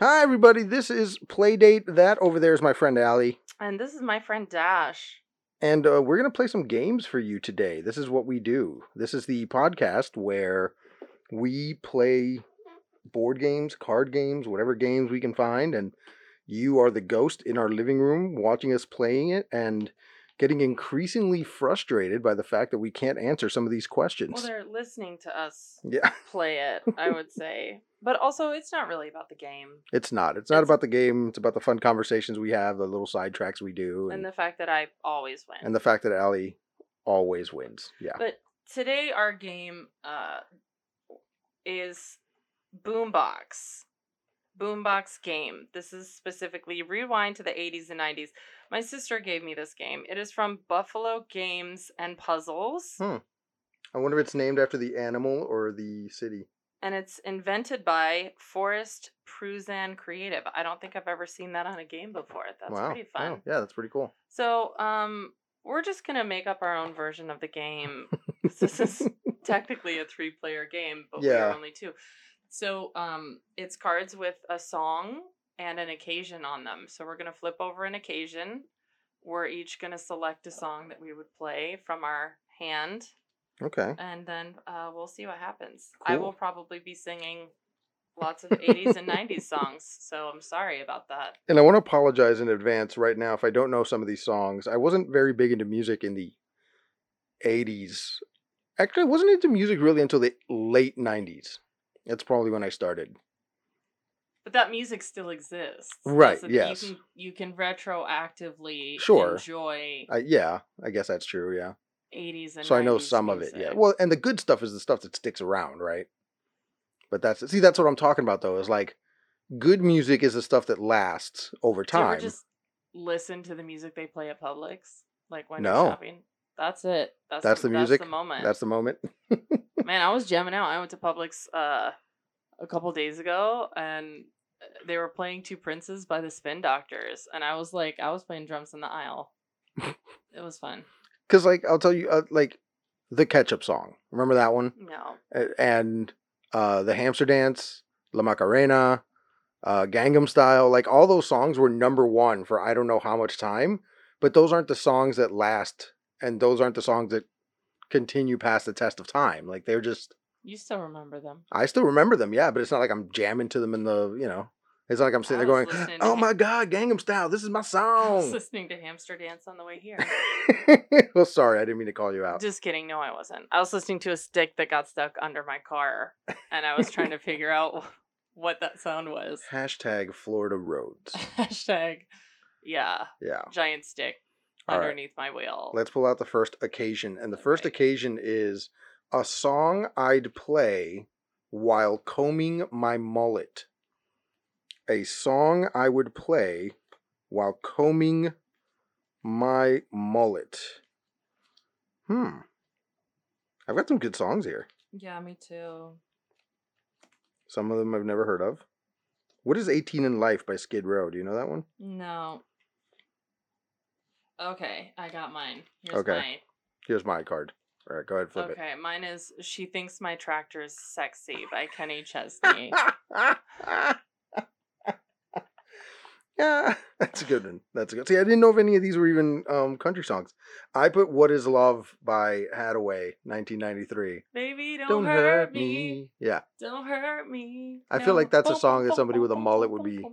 Hi, everybody. This is Playdate. That over there is my friend Allie. And this is my friend Dash. And uh, we're going to play some games for you today. This is what we do. This is the podcast where we play board games, card games, whatever games we can find. And you are the ghost in our living room watching us playing it and getting increasingly frustrated by the fact that we can't answer some of these Well, questions. they're listening to us yeah, play it, I would say. But also, it's not really about the game it's not. It's not It's- about the game. It's about the fun conversations we have, the little sidetracks we do, and the fact that I always win. and the fact that Allie always wins. Yeah. but today, our game uh, is Boombox. Boombox game. This is specifically Rewind to the 80s and 90s. My sister gave me this game. It is from Buffalo Games and Puzzles. I wonder if it's named after the animal or the city. and it's invented by Forrest Pruzan Creative. I don't think I've ever seen that on a game before. That's wow. Oh. pretty fun. Wow. Yeah, that's pretty cool. So, um, we're just gonna make up our own version of the game. this is technically a three-player game, but Yeah. we're only two. So, um, it's cards with a song and an occasion on them. So we're gonna flip over an occasion. We're each gonna select a song that we would play from our hand Okay. and then uh, we'll see what happens. I Cool. will probably be singing lots of 80s and 90s songs, so I'm sorry about that. And I want to apologize in advance right now if I don't know some of these songs. I wasn't very big into music in the 80s. Actually, I wasn't into music really until the late 90s. That's probably when I started. But that music still exists. That's Right, the thing, yes. You can, you can retroactively Sure. enjoy I, yeah, I guess that's true. Yeah. 80s and So I know 90s some of it. Yeah. music. Well, and the good stuff is the stuff that sticks around, right? But that's, see, that's what I'm talking about though, is like good music is the stuff that lasts over Do you ever time. just listen to the music they play at Publix, like when No. you're shopping. That's it. That's, That's the music. That's the moment. That's the moment. Man, I was jamming out. I went to Publix uh, a couple days ago, and uh, they were playing Two Princes by the Spin Doctors, and I was like, I was playing drums in the aisle. it was fun. because like i'll tell you uh, like the ketchup song remember that one No, A- and uh the hamster dance la macarena uh gangnam style like all those songs were number one for i don't know how much time but those aren't the songs that last and those aren't the songs that continue past the test of time like they're just you still remember them? i still remember them yeah but it's not like i'm jamming to them in the you know it's not like i'm sitting I there was going listening to oh Ham- my god gangnam style this is my I was song listening to Hamster Dance on the way here. well sorry i didn't mean to call you out Just kidding. No, I wasn't. I was listening to a stick that got stuck under my car, and I was trying to figure out what that sound was. hashtag florida roads Hashtag, yeah, Yeah. giant stick All right. underneath my wheel. Let's pull out the first occasion. And the first Alright. occasion is a song I'd play while combing my mullet. A song I would play while combing my mullet. Hmm. I've got some good songs here. yeah, me too. Some of them I've never heard of. What is 18 in Life by Skid Row? Do you know that one? No. Okay, I got mine. Here's Okay. Here's my card. All right, go ahead, mine. flip Okay, mine is She Thinks My Tractor is Sexy by Kenny Chesney. it. yeah, that's a good one. That's a good. See, I didn't know if any of these were even um, country songs. I put "What Is Love" by Hadaway, 1993. Baby, don't, hurt, me. Yeah, Don't hurt me. I feel like that's a song that somebody with a mullet would be-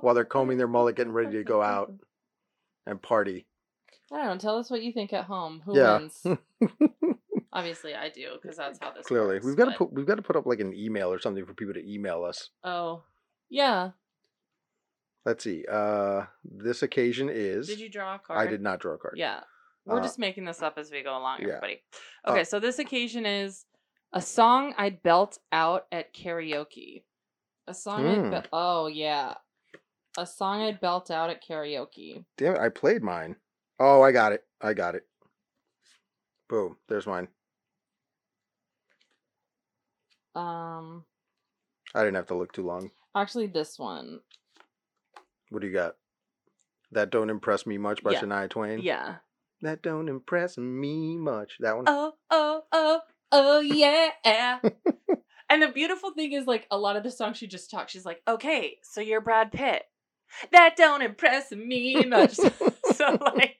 while they're combing their mullet, getting ready to go out. and party. I don't know. Tell us what you think at home. Who Yeah. wins? Obviously, I do because that's how this Clearly, works, we've got to but- put we've got to put up like an email or something for people to email us. Oh, yeah. Let's see. Uh, this occasion is. Did you draw a card? I did not draw a card. Yeah. We're Uh, just making this up as we go along, yeah. everybody. Uh, Okay, so this occasion is a song I'd belt out at karaoke. A song Hmm. I'd be- oh yeah. A song I'd belt out at karaoke. Damn it, I played mine. Oh, I got it. I got it. Boom. There's mine. Um I didn't have to look too long. actually this one. What do you got? That don't impress me much by Yeah. Shania Twain. Yeah. That don't impress me much. That one. Oh oh oh oh yeah. And the beautiful thing is, like, a lot of the songs she just talks, she's like, okay, so you're Brad Pitt. That don't impress me much. so, like,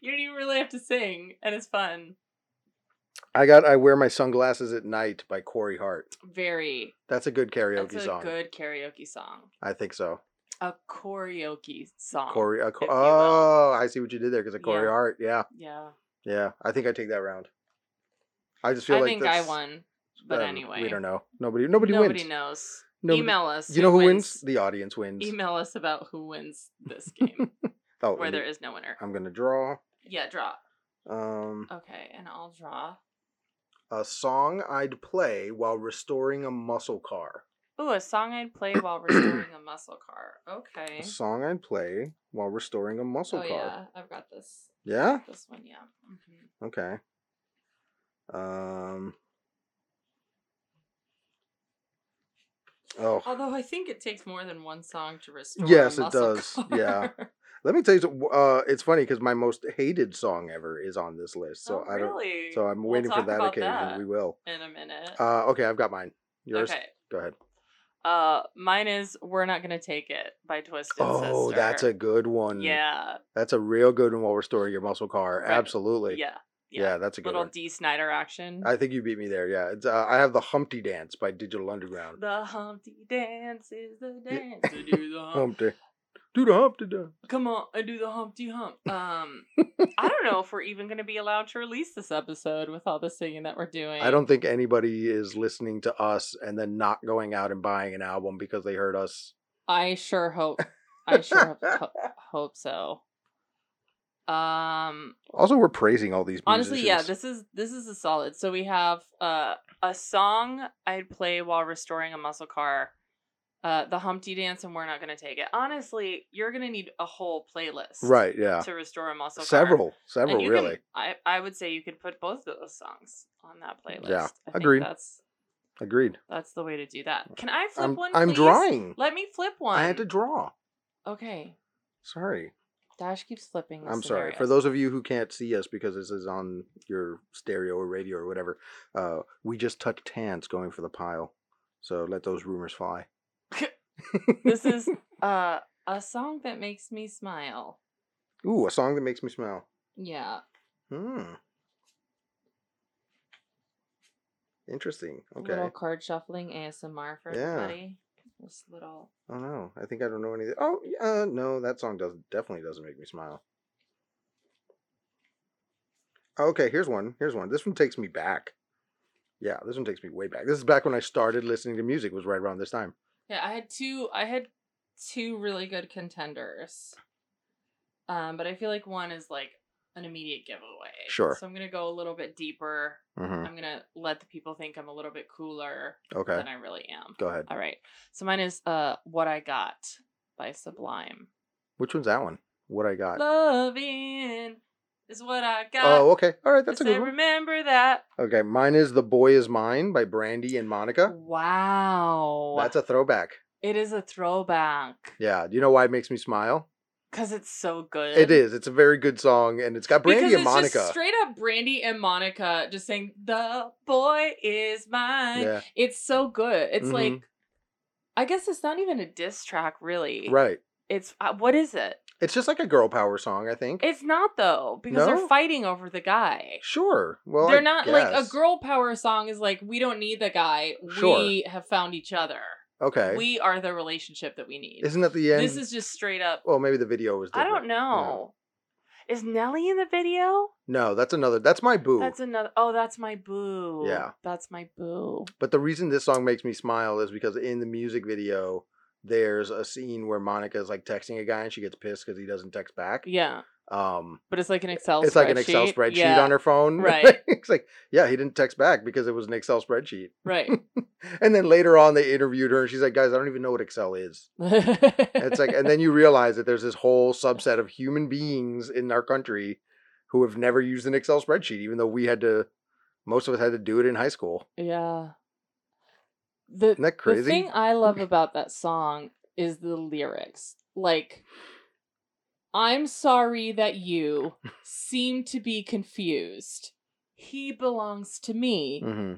you don't even really have to sing, and it's fun. I got I Wear My Sunglasses at Night by Corey Hart. Very. That's a good karaoke That's a song. good karaoke song. I think so. A karaoke song. Corey a, if you will. Oh, I see what you did there because of Corey Yeah. Hart. Yeah. Yeah. Yeah. I think I take that round. I just feel I like think I that's- won. But um, anyway. We don't know. Nobody nobody, wins. knows. Nobody- Email us. You know who wins? The audience wins. Email us about who wins this game oh, where and there is no winner. I'm gonna draw. Yeah, draw. Um, Okay, and I'll draw. a song I'd play while restoring a muscle car. Ooh, a song I'd play while restoring a muscle car. Okay. A song I'd play while restoring a muscle oh car. yeah, I've got this. Yeah. This one, yeah. Mhm. Okay. Um. Oh, Although I think it takes more than one song to restore. a Yes, it muscle does. car. Yeah. let me tell you. some- Uh, it's funny because my most hated song ever is on this list, so oh, I don't. really? So I'm We'll waiting for talk that about occasion. that We will. in a minute. Uh, okay, I've got mine. Yours. okay. Go ahead. Uh, mine is "We're Not Gonna Take It" by Twisted Sister. Oh, that's a good one. yeah, That's a real good one while restoring your muscle car. Right. Absolutely. yeah, Yeah, that's a good little one. D. Snyder action. I think you beat me there. Yeah, it's, uh, I have the Humpty Dance by Digital Underground. the Humpty Dance is the Yeah. Oh, dance to do the hump. Humpty, do the Humpty Dance. Come on, I do the Humpty Hump. Um, I don't know if we're even gonna be allowed to release this episode with all the singing that we're doing. I don't think anybody is listening to us and then not going out and buying an album because they heard us. I sure hope. I sure hope, ho- hope so. Um, Also, we're praising all these. Musicians. honestly yeah this is this is a solid so we have uh a song i'd play while restoring a muscle car uh the humpty dance and we're not gonna take it honestly you're gonna need a whole playlist right. Yeah, to restore a muscle car. several, And several you really. can, i i would say you could put both of those songs on that playlist Yeah, I think agreed. that's Agreed. that's the way to do that can i flip I'm, one I'm please? drawing. let me flip one I had to draw. okay Sorry. dash keeps flipping the I'm sorry. For scenarios. those of you who can't see us because this is on your stereo or radio or whatever, uh, we just touched hands going for the pile. So let those rumors fly. this is uh a song that makes me smile Ooh, a song that makes me smile. yeah Hmm. Interesting. Okay. Little card shuffling ASMR for Yeah. everybody. This little. Oh no, I think I don't know anything. Oh, y- uh, no, that song does definitely doesn't make me smile. Oh, Okay, here's one. Here's one. This one takes me back. Yeah, this one takes me way back. This is back when I started listening to music. Was right around this time. Yeah, I had two. I had two really good contenders. Um, but I feel like one is like an immediate giveaway. Sure. So I'm gonna go a little bit deeper. Mm-hmm. I'm gonna let the people think I'm a little bit cooler Okay, than I really am. go ahead. All right. So mine is uh, "What I Got" by Sublime. Which one's that one? What I got? Loving is what I got. Oh, okay. All right, that's a Just say good one. Remember that. Okay, mine is "The Boy Is Mine" by Brandy and Monica. Wow. That's a throwback. It is a throwback. Yeah. Do you know why it makes me smile? Cause it's so good. It is. It's a very good song, and it's got Brandy because and it's Monica. Just straight up Brandy and Monica just saying, The boy is mine. yeah. It's so good. It's Mhm. like I guess it's not even a diss track, really. Right. It's uh, what is it? It's just like a girl power song, I think. It's not though, because No? they're fighting over the guy. Sure. Well, I they're not like a guess. girl power song is like we don't need the guy. We Sure. have found each other. Okay. We are the relationship that we need. Isn't that the end? this is just straight up Well, maybe the video was. I Different. don't know. Is Nelly in the video? No, that's another. That's my boo. That's another. Oh, that's my boo. Yeah. That's my boo. But the reason this song makes me smile is because in the music video, there's a scene where Monica is like texting a guy and she gets pissed because he doesn't text back. Yeah. Um, But it's like an Excel it's like an Excel spreadsheet yeah, on her phone. Right. it's like, yeah, he didn't text back because it was an Excel spreadsheet. Right. And then later on, they interviewed her and she's like, guys, I don't even know what Excel is. And it's it's like, and then you realize that there's this whole subset of human beings in our country who have never used an Excel spreadsheet, even though we had to, most of us had to do it in high school. Yeah. The, Isn't that the crazy? thing I love about that song is the lyrics. Like, I'm sorry that you seem to be confused. He belongs to me. Mm-hmm.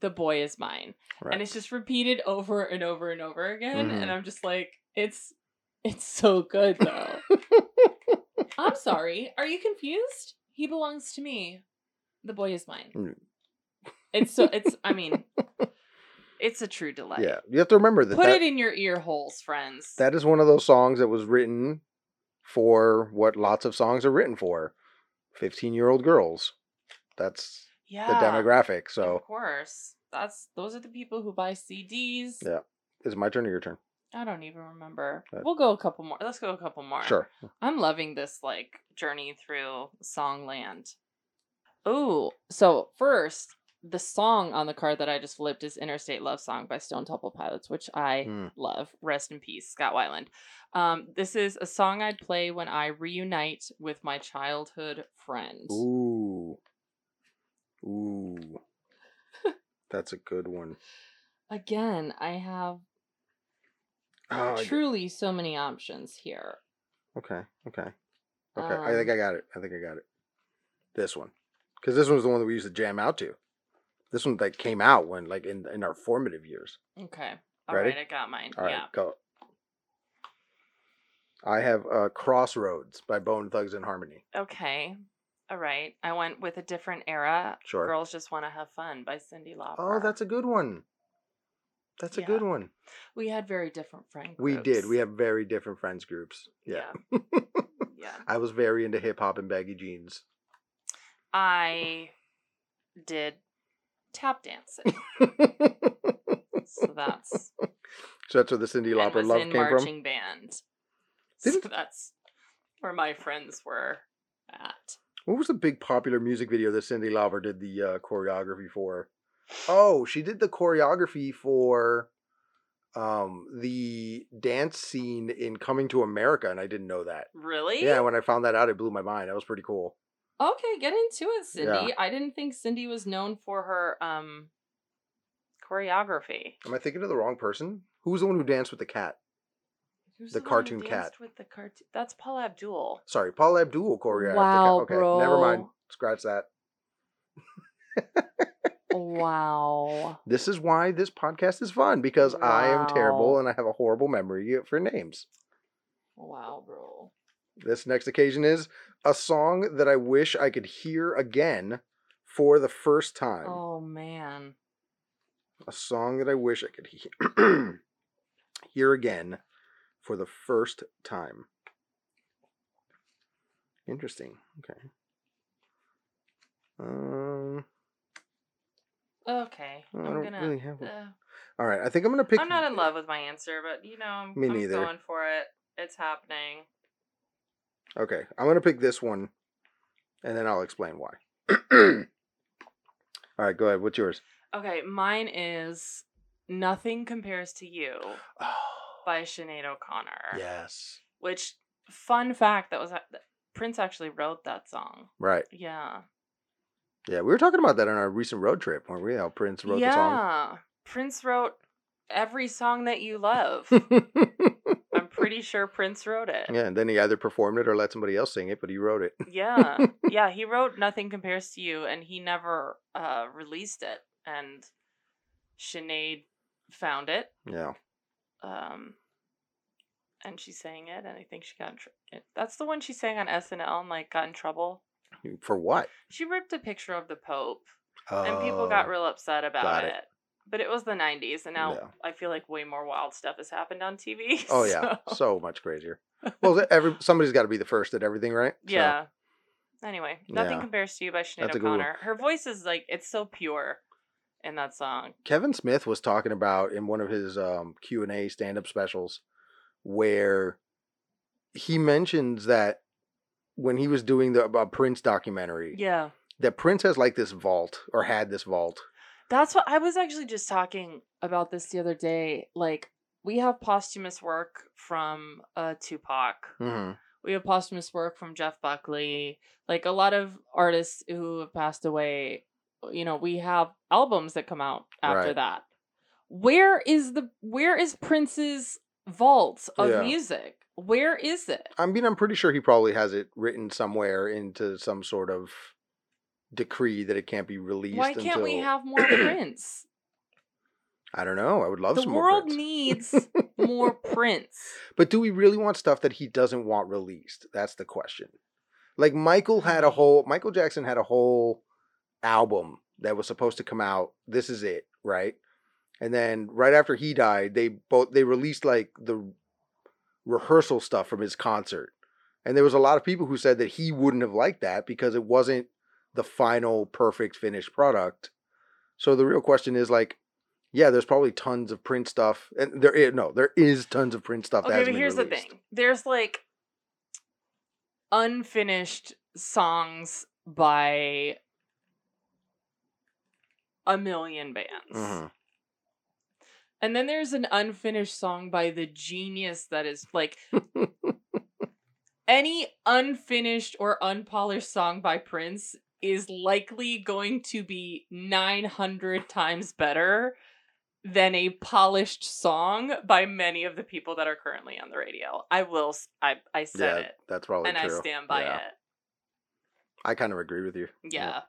the boy is mine. Right. And it's just repeated over and over and over again. Mhm. And I'm just like, it's it's so good though. I'm sorry. Are you confused? He belongs to me. The boy is mine. Mm. It's so it's I mean it's a true delight. yeah, you have to remember that Put that, it in your ear holes, friends. that is one of those songs that was written for what lots of songs are written for 15 year old girls. That's yeah. the demographic. So Of course. That's those are the people who buy CDs. Yeah. is it my turn or your turn? I don't even remember. Uh, We'll go a couple more. Let's go a couple more. Sure. I'm loving this like journey through songland. Ooh, so first, the song on the card that I just flipped is Interstate Love Song by Stone Temple Pilots, which I Mm. love. Rest in peace, Scott Weiland. Um, this is a song I'd play when I reunite with my childhood friend. Ooh. Ooh. That's a good one. Again, I have Oh, I- truly so many options here. Okay. Okay. Okay. I Um, think I got it. I think I got it. This one, because this one's the one that we used to jam out to. This one that came out when, like, in in our formative years. Okay. all right, Ready? I got mine. All right, yeah. go. I have uh, "Crossroads" by Bone Thugs and Harmony. Okay. All right. I went with a different era. Sure. Girls Just Want to Have Fun by Cindy Lauper. Oh, that's a good one. That's a Yeah. good one. We had very different friend We did. groups. We have very different friends groups. Yeah. Yeah. yeah. I was very into hip hop and baggy jeans. I did tap dancing. so that's So that's where the Cindy and Lauper was love in came from. marching band. So Didn't- that's where my friends were at. What was the big popular music video that Cindy Lauper did the uh, choreography for? Oh, she did the choreography for um the dance scene in Coming to America, and I didn't know that. Really? Yeah, when I found that out, it blew my mind. That was pretty cool. Okay, get into it, Yeah. Cindy. I didn't think Cindy was known for her um choreography. Am I thinking of the wrong person? Who was the one who danced with the cat? Who's the one who cartoon cat. danced With the cartoon, that's Paul Abdul. Sorry, Paul Abdul choreographed Wow, the cat. Okay, never mind. bro. Scratch that. wow. This is why this podcast is fun because I am terrible Wow. and I have a horrible memory for names. Wow, bro. This next occasion is a song that I wish I could hear again for the first time. Oh man. A song that I wish I could he- hear again for the first time. Interesting. Okay. Um, Okay. I I'm don't gonna. really have one. uh, all right. I think I'm gonna pick. I'm not in love with my answer, but you know, I'm, Me I'm neither. going for it. It's happening. Okay, I'm gonna pick this one, and then I'll explain why. all right, go ahead. What's yours? Okay, mine is "Nothing Compares to You" Oh, by Sinead O'Connor. yes. Which, fun fact, that was Prince actually wrote that song. Right. Yeah. Yeah, we were talking about that on our recent road trip, weren't we? How Prince wrote yeah. Prince wrote every song that you love. the song. I'm pretty sure Prince wrote it. yeah, and then he either performed it or let somebody else sing it, but he wrote it. Yeah. Yeah, he wrote Nothing Compares to You and he never uh released it and Sinead found it Yeah. um and she sang it and I think she got in tr- it- That's the one she sang on SNL and like got in trouble. For what? She ripped a picture of the pope and people got Oh, real upset about got it. it. But it was the 90s and now Yeah. I feel like way more wild stuff has happened on TV. Oh yeah, so- so much crazier. Well, th- every somebody's got to be the first at everything, right? So, Yeah. Anyway, nothing Yeah. compares to you by Sinead That's a good one. O'Connor. Her voice is like it's so pure in that song. Kevin Smith was talking about in one of his um, Q and A stand up specials where he mentions that when he was doing the uh, Prince documentary, Yeah. that Prince has like this vault or had this vault. That's what I was actually just talking about this the other day. Like we have posthumous work from uh Tupac. Mm-hmm. We have posthumous work from Jeff Buckley. Like a lot of artists who have passed away, you know, we have albums that come out after Right. that. Where is the where is Prince's vault of Yeah. music? Where is it? I mean, I'm pretty sure he probably has it written somewhere into some sort of decree that it can't be released. Why can't we until- have more prints? I don't know. I would love the some world more prints. needs more prints. But do we really want stuff that he doesn't want released? That's the question. Like Michael Mm-hmm. had a whole Michael Jackson had a whole album that was supposed to come out. This is it, right? And then right after he died, they both they released like the rehearsal stuff from his concert. And there was a lot of people who said that he wouldn't have liked that because it wasn't the final perfect finished product. So the real question is like yeah, there's probably tons of print stuff, and there is, no, there is tons of print stuff. that Okay, hasn't but been here's the released. thing. There's like unfinished songs by a million bands. Mhm. And then there's an unfinished song by the genius that is like any unfinished or unpolished song by Prince is likely going to be 900 times better than a polished song by many of the people that are currently on the radio. I will s- I I said Yeah, it that's probably and true. I stand by Yeah. it. I kind of agree with you. Yeah.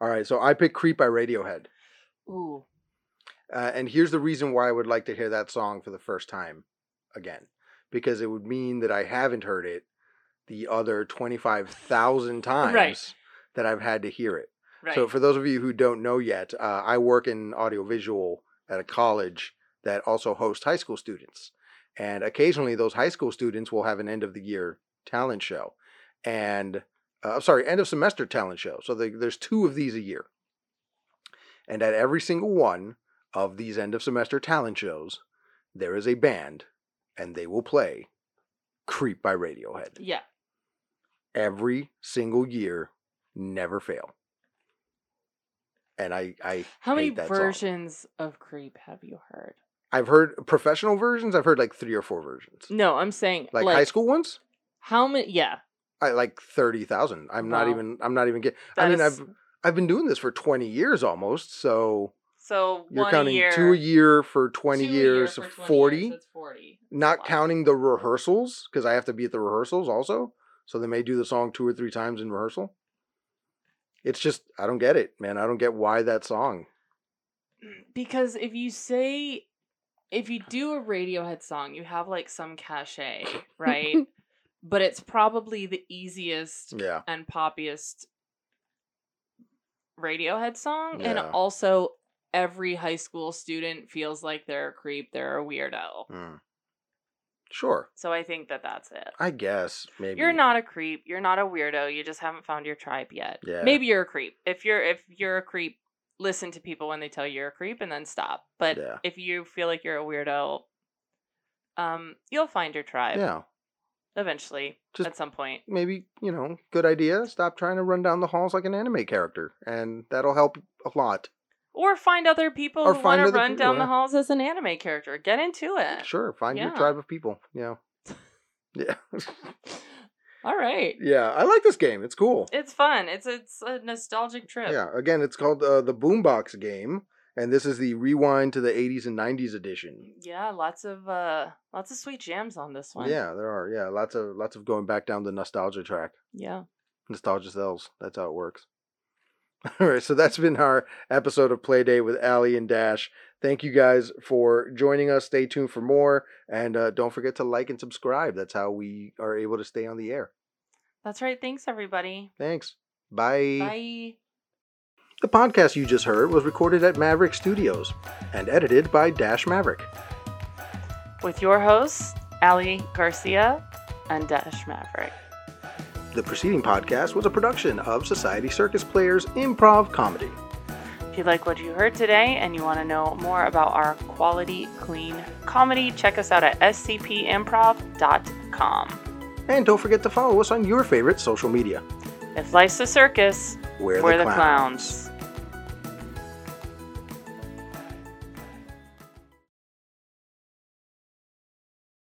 All right, so I picked "Creep" by Radiohead, Ooh. uh, and here's the reason why I would like to hear that song for the first time again, because it would mean that I haven't heard it the other twenty five thousand times that I've had to hear it. Right. So, for those of you who don't know yet, uh, I work in audiovisual at a college that also hosts high school students. And occasionally, those high school students will have an end of the year talent show. And uh, I'm sorry, end of semester talent show. So, they, there's two of these a year. And at every single one of these end of semester talent shows, there is a band and they will play Creep by Radiohead yeah. every single year, never fail. And I, I How many hate that song. versions of Creep have you heard? I've heard professional versions. I've heard like three or four versions, No, I'm saying like, high school ones. How many yeah. I like thirty thousand. I'm not Wow. even. I'm not even getting. I that mean, is- I've I've been doing this for twenty years almost. So So you're one counting a year, two a year for twenty two a year years, for 20 years, forty. that's 40. That's a not lot. counting the rehearsals because I have to be at the rehearsals also. So they may do the song two or three times in rehearsal. It's just I don't get it, man. I don't get why that song. because if you say if you do a Radiohead song, you have like some cachet, right? but it's probably the easiest Yeah. and poppiest Radiohead song, and Yeah. also every high school student feels like they're a creep, they're a weirdo. Mm. Sure, So I think that that's it. I guess maybe You're not a creep. You're not a weirdo. You just haven't found your tribe yet. Yeah. Maybe you're a creep. If you're if you're a creep, listen to people when they tell you you're a creep and then stop. But Yeah. if you feel like you're a weirdo, um, you'll find your tribe Yeah, eventually Just- at some point. maybe you know, good idea. Stop trying to run down the halls like an anime character, and that'll help a lot. Or find other people Or who want find to other run people, down yeah. the halls as an anime character. Get into it. Sure, find your Eh, Yeah. tribe of people. Yeah, yeah, All right. yeah. I like this game. It's cool. It's fun. It's it's a nostalgic trip. Yeah, again, it's called uh, the Boombox Game, and this is the Rewind to the 80s and 90s edition. Yeah, lots of uh lots of sweet jams on this one. Yeah, there are. Yeah, lots of lots of going back down the nostalgia track. Yeah. Nostalgia sells. That's how it works. All right, so that's been our episode of Playday with Ali and Dash. Thank you guys for joining us. Stay tuned for more, and uh, don't forget to like and subscribe. That's how we are able to stay on the air. That's right. Thanks everybody. Thanks. Bye. Bye. The podcast you just heard was recorded at Maverick Studios and edited by Dash Maverick. with your hosts, Ali Garcia and Dash Maverick. The preceding podcast was a production of Society Circus Players Improv Comedy. If you like what you heard today and you want to know more about our quality, clean comedy, check us out at scpimprov.com. And don't forget to follow us on your favorite social media. If life's a circus, We're, we're the clowns. clowns.